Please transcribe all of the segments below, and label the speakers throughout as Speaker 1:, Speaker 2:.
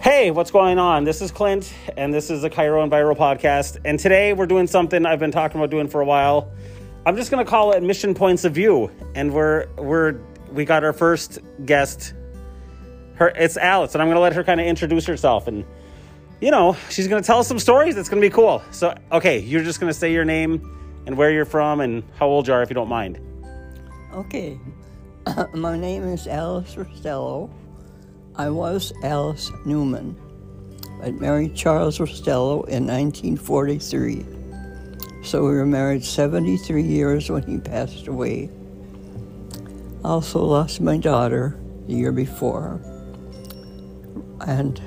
Speaker 1: Hey, what's going on? This is Clint, and this is the Cairo and Viral podcast. And today we're doing something I've been talking about doing for a while. I'm just gonna call it Mission Points of View, and we're we're we got our first guest. Her it's Alice, and I'm gonna let her kind of introduce herself, and you know she's gonna tell us some stories. It's gonna be cool. So okay, you're just gonna say your name and where you're from and how old you are, if you don't mind.
Speaker 2: Okay. my name is Alice Rostello. I was Alice Newman. I married Charles Rostello in 1943. So we were married 73 years when he passed away. I also lost my daughter the year before. And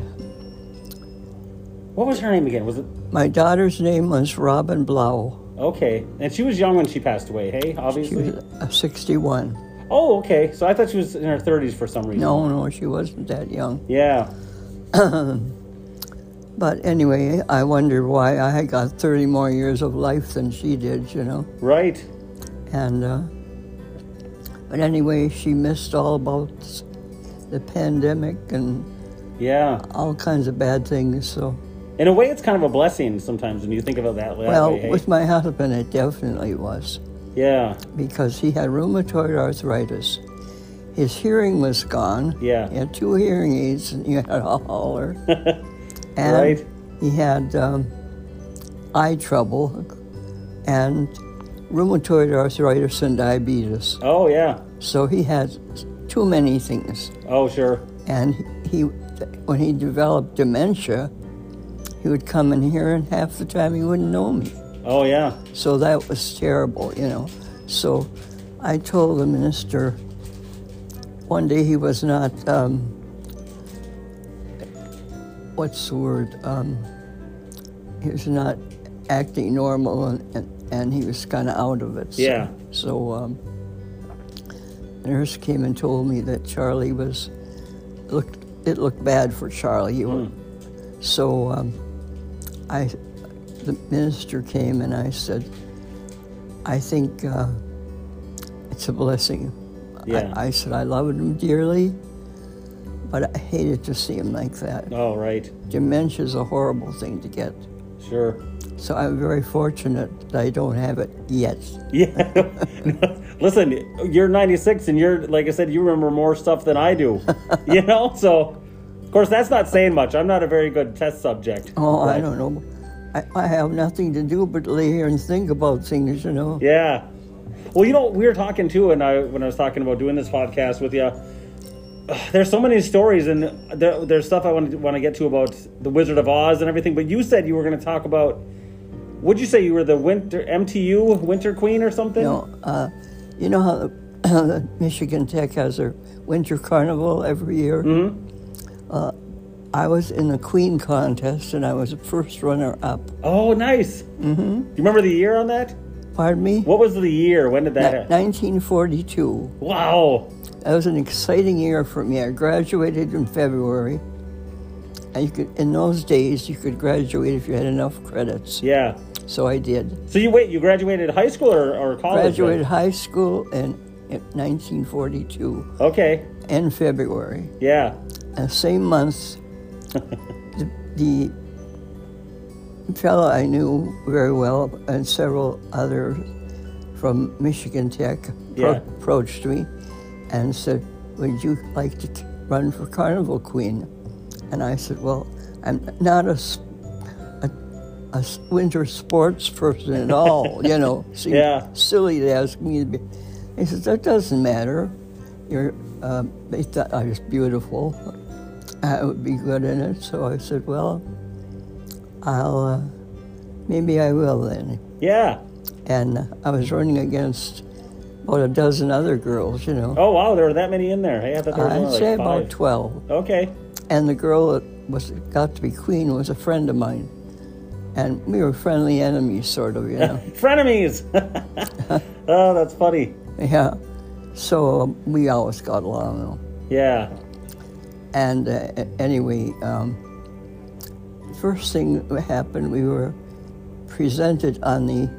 Speaker 1: What was her name again? Was it
Speaker 2: my daughter's name was Robin Blau.
Speaker 1: okay? And she was young when she passed away. Hey,
Speaker 2: She
Speaker 1: obviously.
Speaker 2: was uh, 61.
Speaker 1: Oh, okay. So I thought she was in her 30s for some reason.
Speaker 2: No, no, she wasn't that young.
Speaker 1: Yeah.
Speaker 2: But anyway, I wondered why I had got 30 more years of life than she did, you know.
Speaker 1: Right.
Speaker 2: And uh, but anyway, she missed all about s- the pandemic and
Speaker 1: Yeah.
Speaker 2: all kinds of bad things. So,
Speaker 1: In a way, it's kind of a blessing sometimes when you think about that. that
Speaker 2: well,
Speaker 1: way, hey?
Speaker 2: with my husband, it definitely was
Speaker 1: yeah.
Speaker 2: because he had rheumatoid arthritis. His hearing was gone.
Speaker 1: Yeah.
Speaker 2: He had two hearing aids, and he had a holler. and
Speaker 1: Right.
Speaker 2: he had um, eye trouble and rheumatoid arthritis and diabetes.
Speaker 1: Oh, yeah.
Speaker 2: So he had too many things.
Speaker 1: Oh, sure.
Speaker 2: And he, when he developed dementia, he would come in here and half the time he wouldn't know me.
Speaker 1: Oh, yeah.
Speaker 2: So that was terrible, you know. So I told the minister one day he was not, um, what's the word? Um, he was not acting normal and, and, and he was kind of out of it. So,
Speaker 1: Yeah.
Speaker 2: So um, the nurse came and told me that Charlie was, looked, it looked bad for Charlie. You were- So um, I, the minister came and I said, I think uh, it's a blessing.
Speaker 1: Yeah.
Speaker 2: I, I said I loved him dearly, but I hated to see him like that.
Speaker 1: Oh, right.
Speaker 2: Dementia is a horrible thing to get.
Speaker 1: Sure.
Speaker 2: So I'm very fortunate that I don't have it yet.
Speaker 1: Yeah. Listen, you're 96, and you're, like I said, you remember more stuff than I do. you know? So, of course, that's not saying much. I'm not a very good test subject.
Speaker 2: Oh, I
Speaker 1: But-
Speaker 2: don't know. I, I have nothing to do but lay here and think about things, you know.
Speaker 1: Yeah. Well, you know, we were talking too, and I when I was talking about doing this podcast with you. There's so many stories, and there, there's stuff I want to want to get to about the Wizard of Oz and everything. But you said you were going to talk about. Would you say you were the winter MTU Winter Queen or something?
Speaker 2: No, uh, you know how the, Michigan Tech has their winter carnival every year. Mm-hmm. Uh, I was in the Queen contest and I was the first runner up.
Speaker 1: Oh, nice. Mm-hmm. Do you remember the year on that?
Speaker 2: Pardon me.
Speaker 1: What was the year? When did that?
Speaker 2: Ni-
Speaker 1: happen?
Speaker 2: 1942.
Speaker 1: Wow.
Speaker 2: That was an exciting year for me. I graduated in February. And you could, in those days, you could graduate if you had enough credits.
Speaker 1: Yeah.
Speaker 2: So I did.
Speaker 1: So you wait. You graduated high school or, or college? then?
Speaker 2: Graduated high school in, in 1942
Speaker 1: Okay.
Speaker 2: in February.
Speaker 1: Yeah.
Speaker 2: And the uh, same month, the, the fellow I knew very well and several others from Michigan Tech pro-
Speaker 1: Yeah.
Speaker 2: approached me and said, Would you like to t- run for Carnival Queen? And I said, Well, I'm not a, s- a- a s- winter sports person at all, you know. Seems
Speaker 1: Yeah.
Speaker 2: silly to ask me to be. He says, That doesn't matter. You're, um, they thought I was beautiful. I would be good in it. So I said, Well, I'll, uh, maybe I will then.
Speaker 1: Yeah.
Speaker 2: And I was running against about a dozen other girls, you know.
Speaker 1: Oh wow, there were that many in there. Hey, I thought there was
Speaker 2: I'd
Speaker 1: only
Speaker 2: say
Speaker 1: Oh, like
Speaker 2: about
Speaker 1: five.
Speaker 2: 12.
Speaker 1: Okay.
Speaker 2: And the girl that was got to be queen was a friend of mine. And we were friendly enemies, sort of, you know.
Speaker 1: Frenemies. oh, that's funny.
Speaker 2: yeah. So um, we always got along, though.
Speaker 1: Yeah.
Speaker 2: And uh, a- anyway, um, first thing that happened, we were presented on the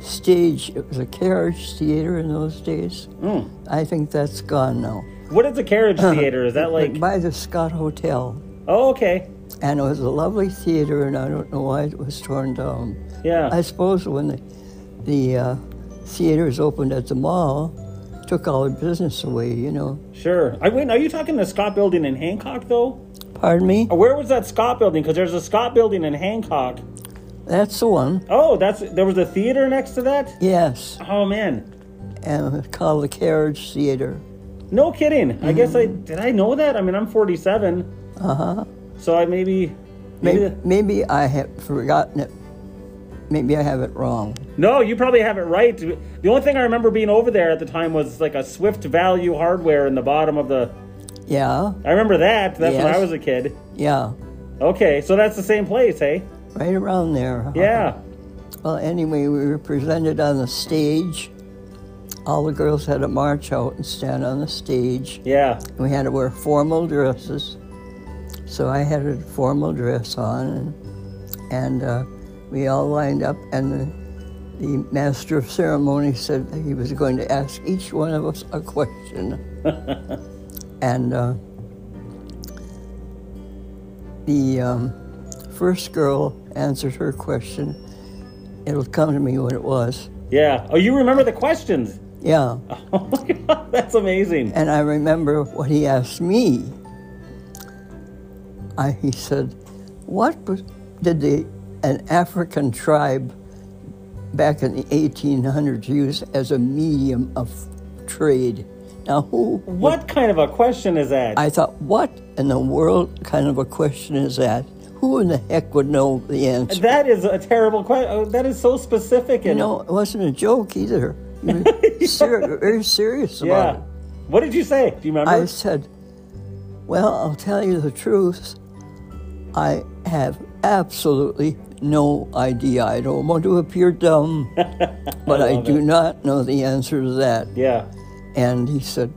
Speaker 2: stage. It was a carriage theater in those days. I think that's gone now.
Speaker 1: What is a carriage theater? Is that like?
Speaker 2: By the Scott Hotel.
Speaker 1: Oh, okay.
Speaker 2: and it was a lovely theater, and I don't know why it was torn down.
Speaker 1: Yeah.
Speaker 2: I suppose when the, the uh, theaters opened at the mall, took all the business away, you know.
Speaker 1: Sure. I wait. Are you talking the Scott Building in Hancock though?
Speaker 2: Pardon me?
Speaker 1: Where was that Scott Building? Because there's a Scott Building in Hancock.
Speaker 2: That's the one.
Speaker 1: Oh, that's there was a theater next to that.
Speaker 2: Yes,
Speaker 1: Oh man,
Speaker 2: and it's called the Carriage Theater.
Speaker 1: no kidding. I guess I did. I know that. I mean, I'm 47. Uh huh. So I maybe. Maybe.
Speaker 2: Maybe, maybe I have forgotten it. Maybe I have it wrong.
Speaker 1: No, you probably have it right. The only thing I remember being over there at the time was like a Swift Value Hardware in the bottom of the.
Speaker 2: Yeah,
Speaker 1: I remember that. That's when I
Speaker 2: Yes.
Speaker 1: was a kid.
Speaker 2: yeah,
Speaker 1: Okay, so that's the same place, hey?
Speaker 2: right around there. huh?
Speaker 1: Yeah.
Speaker 2: Well, anyway, we were presented on the stage. All the girls had to march out and stand on the stage.
Speaker 1: Yeah.
Speaker 2: We had to wear formal dresses. So I had a formal dress on, and, and uh, we all lined up, and the, the master of ceremony said that he was going to ask each one of us a question. and uh, the um, first girl answered her question. It'll come to me what it was.
Speaker 1: Yeah. Oh, you remember the questions.
Speaker 2: Yeah.
Speaker 1: Oh my god, that's amazing.
Speaker 2: And I remember what he asked me. I, he said, What was- did the, an African tribe back in the 1800s use as a medium of trade? Now, who?
Speaker 1: What kind of a question is that?
Speaker 2: I thought, what in the world kind of a question is that? Who in the heck would know the answer?
Speaker 1: that is a terrible question. Oh, that is so specific.
Speaker 2: You
Speaker 1: And
Speaker 2: know, it wasn't a joke either. He was ser- very serious about
Speaker 1: yeah.
Speaker 2: it.
Speaker 1: What did you say? Do you remember?
Speaker 2: I said, Well, I'll tell you the truth. I have absolutely no idea. I don't want to appear dumb, but I,
Speaker 1: love
Speaker 2: do not know the answer to that.
Speaker 1: yeah.
Speaker 2: And he said,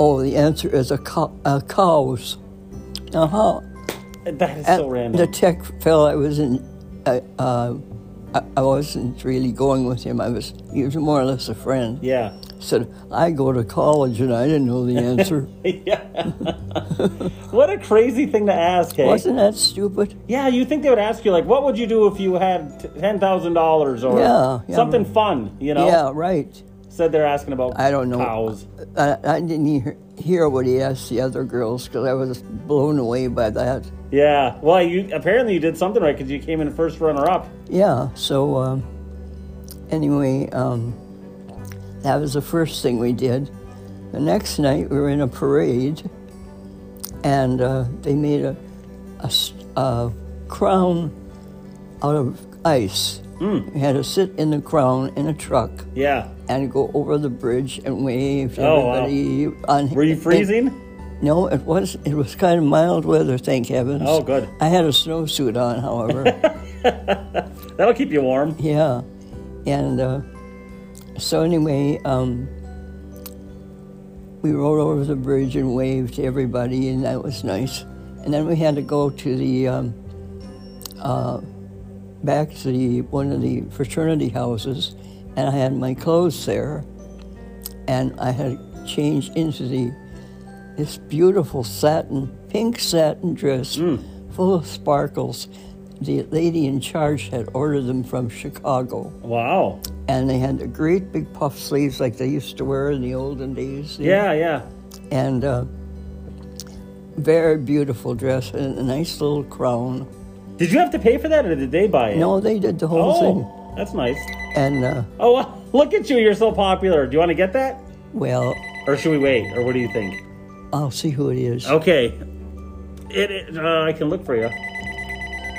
Speaker 2: Oh, the answer is a, cow- a cow's. Now, how?
Speaker 1: That is so random.
Speaker 2: The tech fellow I was in, I, uh, I, I wasn't really going with him. I was, he was more or less a friend.
Speaker 1: yeah.
Speaker 2: Said, I go to college and I didn't know the answer.
Speaker 1: yeah. what a crazy thing to ask, hey?
Speaker 2: Wasn't that stupid?
Speaker 1: Yeah, you think they would ask you like, "What would you do if you had t- ten thousand dollars or
Speaker 2: Yeah, yeah.
Speaker 1: something fun?" You know.
Speaker 2: Yeah, right.
Speaker 1: Said they're asking about.
Speaker 2: I don't know.
Speaker 1: cows.
Speaker 2: I, I didn't hear, hear what he asked the other girls because I was blown away by that.
Speaker 1: Yeah. Well, you apparently you did something right because you came in first runner up.
Speaker 2: Yeah, so um, anyway, um, that was the first thing we did. The next night, we were in a parade, and uh, they made a, a s- a crown out of ice. We had to sit in the crown in a truck
Speaker 1: Yeah.
Speaker 2: and go over the bridge and wave to
Speaker 1: Oh, wow.
Speaker 2: everybody. On,
Speaker 1: Were you
Speaker 2: in-
Speaker 1: freezing?
Speaker 2: No, it was it was kind of mild weather, thank heavens.
Speaker 1: Oh, good.
Speaker 2: I had a snowsuit on, however.
Speaker 1: That'll keep you warm.
Speaker 2: yeah, and uh, so anyway, um, we rode over the bridge and waved to everybody, and that was nice. And then we had to go to the um, uh, back to the one of the fraternity houses, and I had my clothes there, and I had changed into the this beautiful satin, pink satin dress
Speaker 1: Mm.
Speaker 2: full of sparkles. The lady in charge had ordered them from Chicago,
Speaker 1: Wow.
Speaker 2: and they had the great big puff sleeves like they used to wear in the olden days. you
Speaker 1: Yeah,
Speaker 2: know?
Speaker 1: yeah.
Speaker 2: and uh, very beautiful dress and a nice little crown.
Speaker 1: Did you have to pay for that, or did they buy it?
Speaker 2: No, they did the whole thing.
Speaker 1: Oh, that's nice.
Speaker 2: And uh,
Speaker 1: Oh, wow. look at you! You're so popular. Do you want to get that,
Speaker 2: well,
Speaker 1: or should we wait, or what do you think?
Speaker 2: I'll see who it is.
Speaker 1: Okay. It. it uh, I can look for you.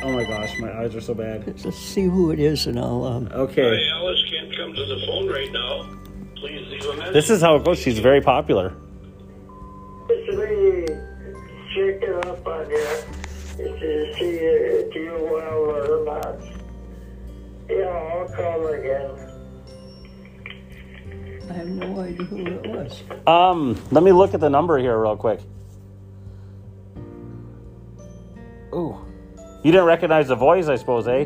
Speaker 1: Oh my gosh, my eyes are so bad.
Speaker 2: Let's see who it is, and I'll. Um,
Speaker 1: Okay.
Speaker 3: Hey, Alice can't come to the phone right now. Please leave a message.
Speaker 1: This is how it goes. She's very popular.
Speaker 4: It's really shaken up on you to see if you well or not. Yeah, I'll call again.
Speaker 2: I have no idea who it was.
Speaker 1: Um, let me look at the number here real quick. Ooh. You didn't recognize the voice, I suppose, eh?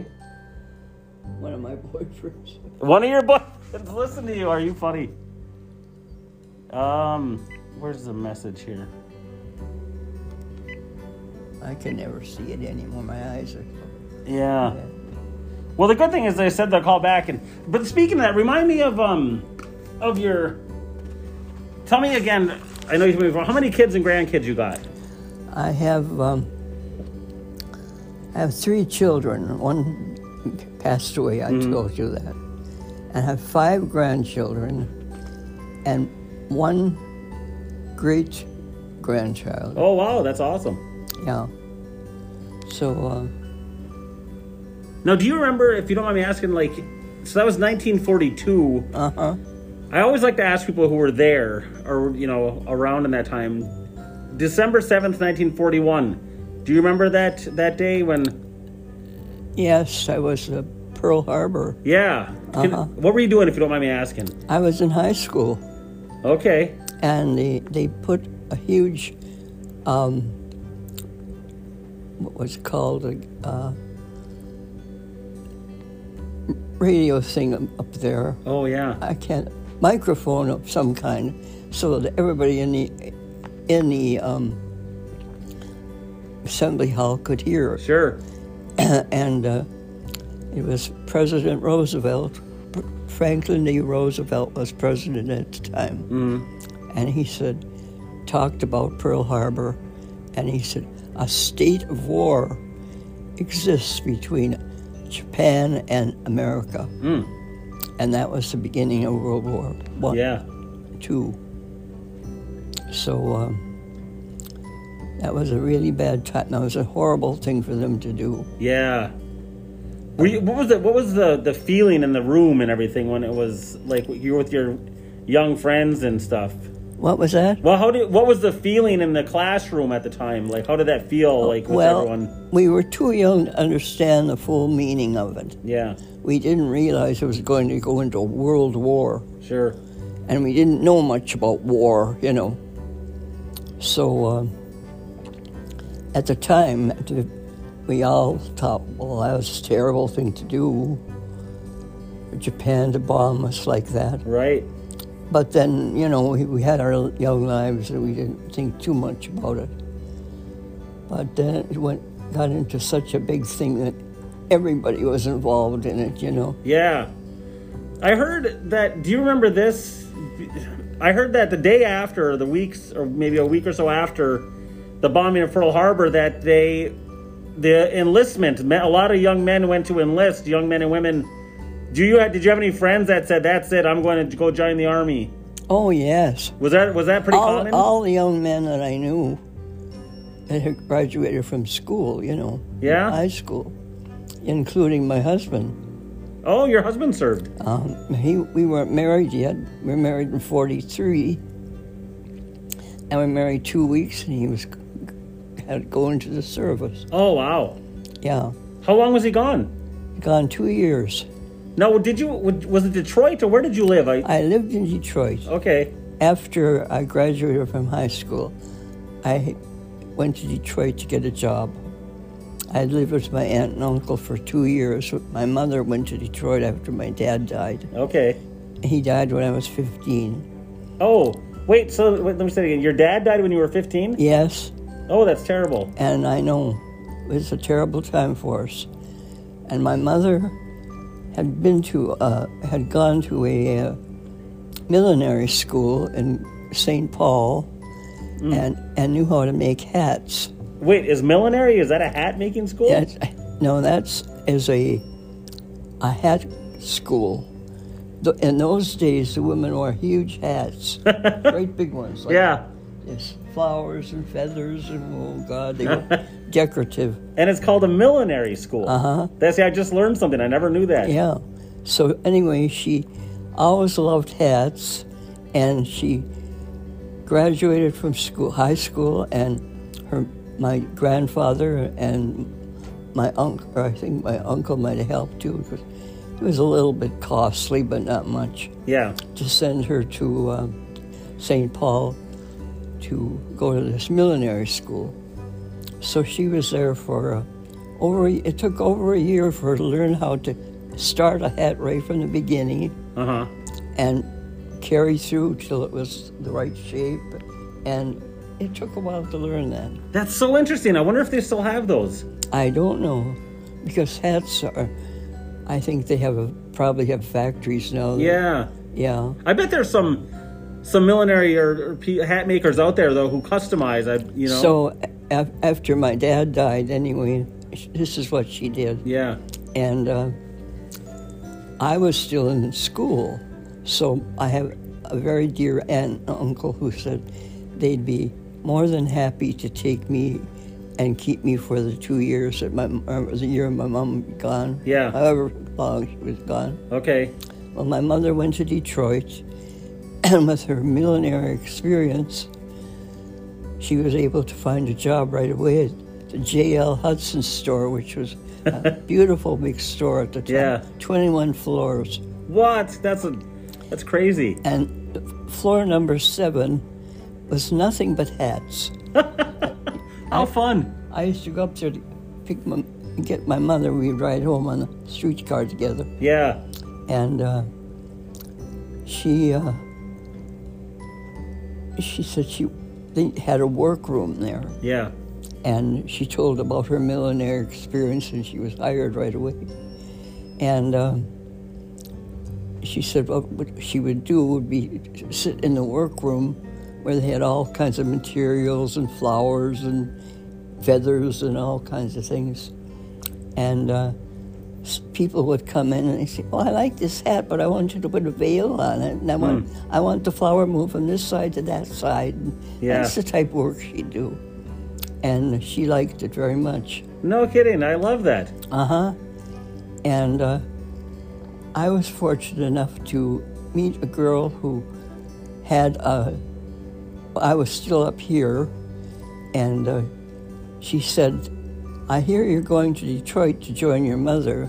Speaker 2: One of my boyfriends.
Speaker 1: One of your boyfriends listen to you. Are you funny? Um, where's the message here?
Speaker 2: I can never see it anymore. My eyes are.
Speaker 1: Yeah. Well, the good thing is they said they'll call back. And but speaking of that, remind me of um of your. Tell me again. I know you told me before. How many kids and grandkids you got?
Speaker 2: I have um, I have three children. One passed away. I told you that, and I have five grandchildren, and one great grandchild.
Speaker 1: Oh wow, that's awesome.
Speaker 2: Yeah. So uh,
Speaker 1: Now, do you remember? If you don't mind me asking, like, so that was 1942.
Speaker 2: uh huh.
Speaker 1: I always like to ask people who were there or you know around in that time. December 7th, 1941. Do you remember that that day when?
Speaker 2: Yes, I was at Pearl Harbor.
Speaker 1: Yeah. Can-
Speaker 2: Uh-huh.
Speaker 1: What were you doing? If you don't mind me asking.
Speaker 2: I was in high school.
Speaker 1: Okay.
Speaker 2: and they, they put a huge, um, what was it called a uh, radio thing up- up there.
Speaker 1: Oh yeah.
Speaker 2: I can't microphone of some kind, so that everybody in the in the um, assembly hall could hear it.
Speaker 1: Sure.
Speaker 2: and uh, it was President Roosevelt. Franklin D. Roosevelt was president at the time. And he said, talked about Pearl Harbor, and he said, a state of war exists between Japan and America. And that was the beginning of World War One
Speaker 1: Yeah.
Speaker 2: too. So um, that was a really bad time. That was a horrible thing for them to do.
Speaker 1: Yeah. Were you, what was the what was the the feeling in the room and everything when it was like you were with your young friends and stuff?
Speaker 2: What was that?
Speaker 1: Well, how did what was the feeling in the classroom at the time? Like, how did that feel? Like, with
Speaker 2: Oh, well,
Speaker 1: everyone?
Speaker 2: we were too young to understand the full meaning of it.
Speaker 1: Yeah,
Speaker 2: We didn't realize it was going to go into a world war,
Speaker 1: sure.
Speaker 2: and we didn't know much about war, you know. So um, at the time, the- we all thought, well, that was a terrible thing to do. Japan to bomb us like that.
Speaker 1: Right.
Speaker 2: But then, you know, we, we had our young lives and we didn't think too much about it. But then it went, got into such a big thing that everybody was involved in it, you know.
Speaker 1: Yeah. I heard that. Do you remember this? I heard that the day after, or the weeks, or maybe a week or so after the bombing of Pearl Harbor, that they, the enlistment, me- a lot of young men went to enlist, young men and women. Do you did you have any friends that said that's it? I'm going to go join the army.
Speaker 2: Oh, yes.
Speaker 1: Was that was that pretty common?
Speaker 2: All, all the young men that I knew that had graduated from school, you know,
Speaker 1: Yeah?
Speaker 2: high school, including my husband.
Speaker 1: oh, your husband served.
Speaker 2: Um, he, we weren't married yet. We were married in 43. And we were married two weeks, and he was had to go into the service.
Speaker 1: Oh wow.
Speaker 2: Yeah,
Speaker 1: How long was he gone?
Speaker 2: gone two years.
Speaker 1: No, did you was it Detroit or where did you live? I
Speaker 2: I lived in Detroit.
Speaker 1: okay.
Speaker 2: After I graduated from high school, I went to Detroit to get a job. I lived with my aunt and uncle for two years. My mother went to Detroit after my dad died.
Speaker 1: Okay.
Speaker 2: He died when I was 15.
Speaker 1: Oh, wait. So wait, let me say it again. Your dad died when you were 15.
Speaker 2: Yes,
Speaker 1: Oh, that's terrible.
Speaker 2: and I know it was a terrible time for us. And my mother had been to, uh, had gone to a uh, millinery school in St. Paul, and and knew how to make hats.
Speaker 1: Wait, is millinery? Is that a hat making school?
Speaker 2: That, no, that's is a a hat school. Th in those days, the women wore huge hats, great big ones. Like
Speaker 1: Yeah.
Speaker 2: Yes, flowers and feathers and oh god, they were decorative.
Speaker 1: And it's called a millinery school. Uh
Speaker 2: Uh-huh.
Speaker 1: That's see, I just learned something. I never knew that.
Speaker 2: Yeah. So anyway, she always loved hats, and she graduated from school, high school, and her my grandfather and my uncle, or I think my uncle might have helped too, because it was a little bit costly, but not much
Speaker 1: Yeah.
Speaker 2: to send her to um, St. Paul to go to this millinery school. So she was there for uh, over. a- It took over a year for her to learn how to start a hat right from the beginning
Speaker 1: Uh huh.
Speaker 2: and carry through till it was the right shape and it took a while to learn that.
Speaker 1: That's so interesting. I wonder if they still have those.
Speaker 2: I don't know, because hats are. I think they have a, probably have factories now. that-
Speaker 1: Yeah.
Speaker 2: Yeah.
Speaker 1: I bet there's some some millinery or, or pe- hat makers out there though who customize. I you know.
Speaker 2: So af- after my dad died, anyway, sh- this is what she did.
Speaker 1: yeah.
Speaker 2: and uh, I was still in school, so I have a very dear aunt and uncle who said they'd be more than happy to take me and keep me for the two years that my or the year my mom gone.
Speaker 1: Yeah.
Speaker 2: however long she was gone.
Speaker 1: Okay.
Speaker 2: Well, my mother went to Detroit, and with her millinery experience, she was able to find a job right away at the J.L. Hudson store, which was a beautiful big store at the time,
Speaker 1: Yeah.
Speaker 2: 21 floors.
Speaker 1: What? That's a that's crazy.
Speaker 2: And floor number seven was nothing but hats.
Speaker 1: How fun.
Speaker 2: I used to go up there to pick my, get my mother. We'd ride home on the streetcar together.
Speaker 1: Yeah.
Speaker 2: and uh, she uh, she said she they had a workroom there,
Speaker 1: Yeah.
Speaker 2: and she told about her millionaire experience, and she was hired right away. And um, she said what, what she would do would be sit in the workroom where they had all kinds of materials and flowers and feathers and all kinds of things. And uh, s- people would come in and they say, "Oh, I like this hat, but I want you to put a veil on it, and I want I want the flower moved from this side to that side." And
Speaker 1: Yeah.
Speaker 2: That's the type of work she'd do, and she liked it very much.
Speaker 1: No kidding. I love that.
Speaker 2: Uh huh. And uh, I was fortunate enough to meet a girl who had a. I was still up here, and uh, she said, I hear you're going to Detroit to join your mother.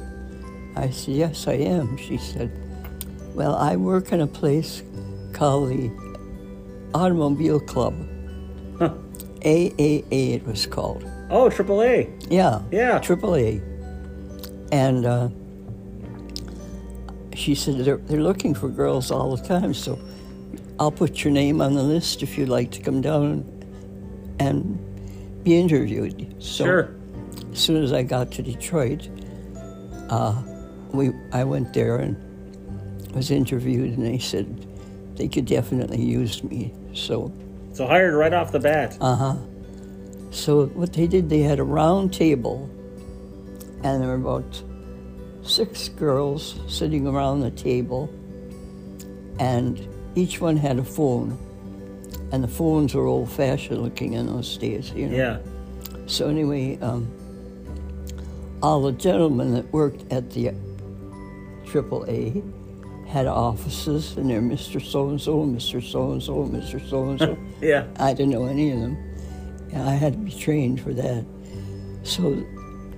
Speaker 2: I said, Yes, I am. She said, Well, I work in a place called the Automobile Club. AAA, it was called.
Speaker 1: Oh, AAA.
Speaker 2: Yeah.
Speaker 1: Yeah.
Speaker 2: Triple A. And uh, she said they're, they're looking for girls all the time, so I'll put your name on the list if you'd like to come down and be interviewed. So
Speaker 1: Sure.
Speaker 2: as soon as I got to Detroit, uh, we I went there and was interviewed, and they said they could definitely use me. So
Speaker 1: So hired right off the bat.
Speaker 2: Uh, So what they did, they had a round table, and there were about six girls sitting around the table, and each one had a phone, and the phones were old-fashioned looking in those days, you know.
Speaker 1: yeah.
Speaker 2: So anyway, um, all the gentlemen that worked at the AAA had offices, and they're Mr. So-and-so, Mr. So-and-so, Mr. So-and-so.
Speaker 1: Yeah.
Speaker 2: I didn't know any of them. And I had to be trained for that. So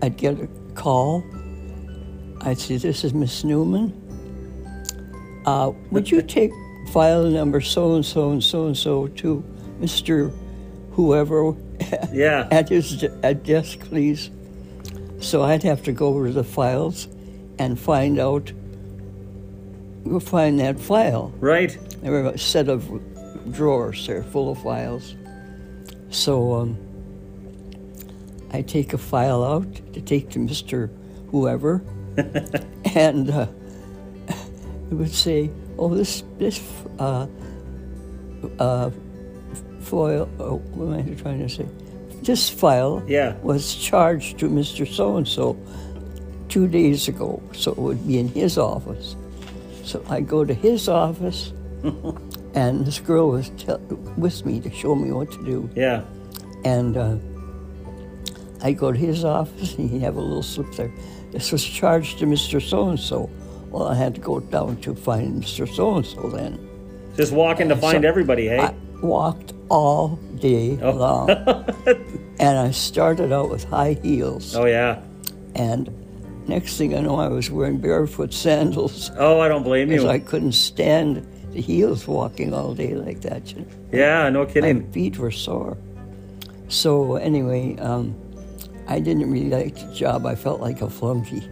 Speaker 2: I'd get a call. I'd say, This is Miss Newman. Uh, would you take file number so and so and so and so to Mr. Whoever
Speaker 1: Yeah.
Speaker 2: at his de- at desk, please? So I'd have to go over to the files and find out, go find that file.
Speaker 1: Right.
Speaker 2: There were a set of drawers there full of files. So um, I take a file out to take to Mr. Whoever, and uh, it would say, "Oh, this this uh, uh, foil. Oh, what am I trying to say? This file
Speaker 1: Yeah.
Speaker 2: was charged to Mr. So and So two days ago, so it would be in his office." So I go to his office, and this girl was tell with me to show me what to do.
Speaker 1: Yeah.
Speaker 2: And uh, I go to his office, and he have a little slip there. This was charged to Mr. So and So. Well, I had to go down to find Mr. So and So then.
Speaker 1: Just walking to find
Speaker 2: So
Speaker 1: everybody, hey? Oh.
Speaker 2: I walked all day long, and I started out with high heels.
Speaker 1: oh yeah.
Speaker 2: And next thing I know, I was wearing barefoot sandals.
Speaker 1: Oh, I don't blame you.
Speaker 2: because I couldn't stand the heels walking all day like that. You know?
Speaker 1: yeah, no
Speaker 2: My
Speaker 1: kidding.
Speaker 2: feet were sore. So anyway, um, I didn't really like the job. I felt like a flunky.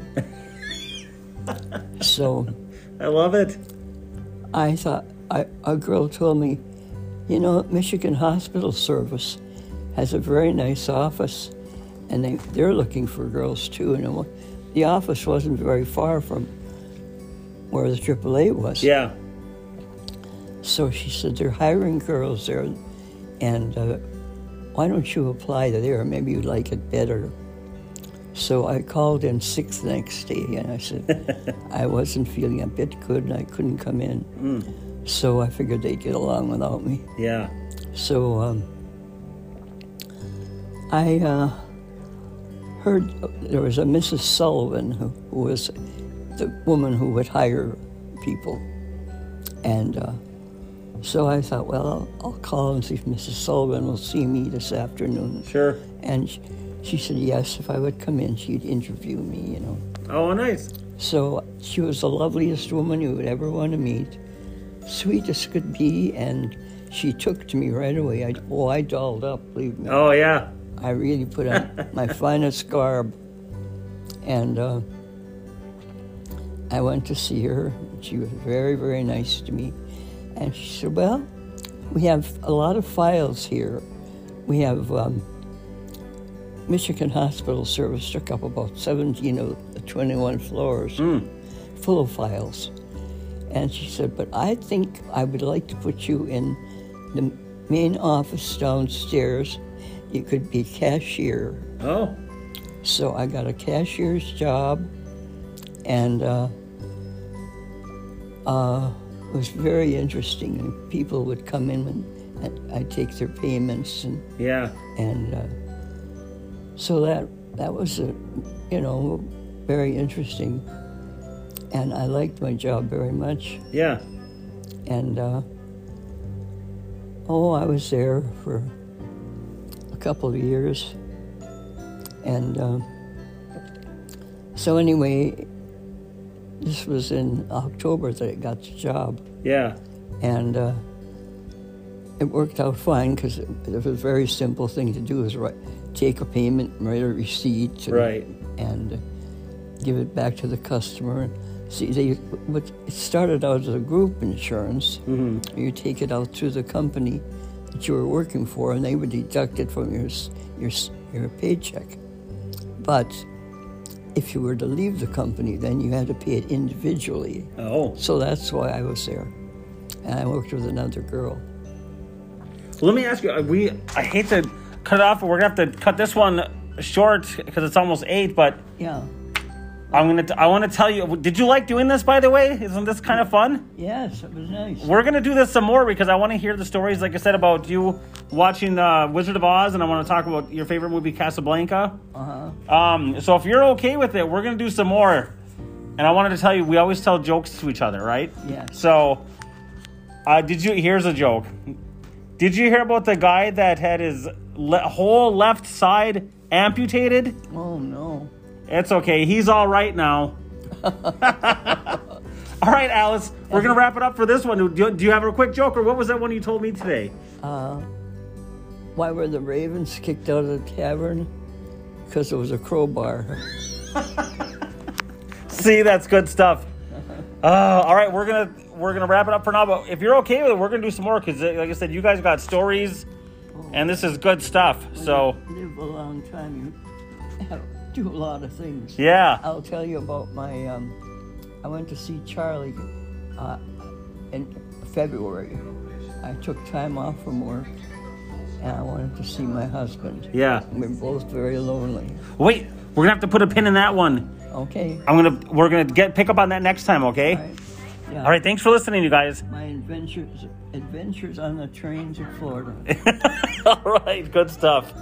Speaker 2: so
Speaker 1: I love it.
Speaker 2: I thought I, a girl told me, You know, Michigan Hospital Service has a very nice office, and they, they're looking for girls too. And it wa- the office wasn't very far from where the AAA was.
Speaker 1: Yeah.
Speaker 2: So she said, they're hiring girls there, and uh, why don't you apply to there? Maybe you like it better. So I called in sick the next day, and I said, I wasn't feeling a bit good, and I couldn't come in. So I figured they'd get along without me.
Speaker 1: Yeah.
Speaker 2: So um, I uh, heard there was a Mrs. Sullivan who, who was the woman who would hire people. And uh, so I thought, well, I'll, I'll call and see if Mrs. Sullivan will see me this afternoon.
Speaker 1: Sure.
Speaker 2: And she, she said, yes, if I would come in, she'd interview me, you know.
Speaker 1: Oh, nice.
Speaker 2: So she was the loveliest woman you would ever want to meet, sweet as could be, and she took to me right away. I, oh, I dolled up, believe me.
Speaker 1: Oh, yeah.
Speaker 2: I really put on my finest garb. And uh, I went to see her. She was very, very nice to me. And she said, Well, we have a lot of files here. We have um, Michigan Hospital Service took up about 17 of the 21 floors full of files. And she said, But I think I would like to put you in the main office downstairs. You could be cashier.
Speaker 1: Oh.
Speaker 2: So I got a cashier's job and uh, uh, it was very interesting. And people would come in and, and I'd take their payments and
Speaker 1: Yeah.
Speaker 2: and uh, so that that was a, you know very interesting and i liked my job very much
Speaker 1: Yeah.
Speaker 2: and uh, oh i was there for a couple of years and uh, so anyway this was in october that i got the job
Speaker 1: Yeah.
Speaker 2: and uh, it worked out fine because it, it was a very simple thing to do is write, take a payment write a receipt and,
Speaker 1: Right.
Speaker 2: and uh, give it back to the customer see they what it started out as a group insurance you take it out to the company that you were working for and they would deduct it from your s- your s- your paycheck but if you were to leave the company then you had to pay it individually
Speaker 1: Oh.
Speaker 2: so that's why I was there. And I worked with another girl.
Speaker 1: Let me ask you. uh, We I hate to cut it off, but we're gonna have to cut this one short because it's almost eight. But
Speaker 2: Yeah.
Speaker 1: I'm gonna. T- I want to tell you. Did you like doing this? By the way, isn't this kind of fun?
Speaker 2: Yes, it was nice.
Speaker 1: We're gonna do this some more because I want to hear the stories. Like I said about you watching uh, Wizard of Oz, and I want to talk about your favorite movie, Casablanca.
Speaker 2: Uh-huh.
Speaker 1: Um, so if you're okay with it, we're gonna do some more. And I wanted to tell you, we always tell jokes to each other, right?
Speaker 2: Yes.
Speaker 1: So, uh, did you? Here's a joke. Did you hear about the guy that had his le- whole left side amputated?
Speaker 2: Oh no.
Speaker 1: It's okay. He's all right now. all right, Alice. We're gonna wrap it up for this one. Do you, do you have a quick joke, or what was that one you told me today?
Speaker 2: Why were the ravens kicked out of the tavern? Because it was a crowbar.
Speaker 1: See, that's good stuff. Uh, all right, we're gonna we're gonna wrap it up for now. But if you're okay with it, we're gonna do some more because, like I said, you guys got stories, and this is good stuff. So
Speaker 2: live a long time. You have- do a lot of things.
Speaker 1: yeah,
Speaker 2: I'll tell you about my. Um, I went to see Charlie uh, in February. I took time off from work, and I wanted to see my husband.
Speaker 1: yeah.
Speaker 2: We're both very lonely.
Speaker 1: Wait, we're gonna have to put a pin in that one.
Speaker 2: Okay.
Speaker 1: I'm gonna we're gonna get pick up on that next time. Okay.
Speaker 2: All right. Yeah.
Speaker 1: All right. Thanks for listening, you guys.
Speaker 2: My adventures adventures on the train to Florida.
Speaker 1: all right. Good stuff.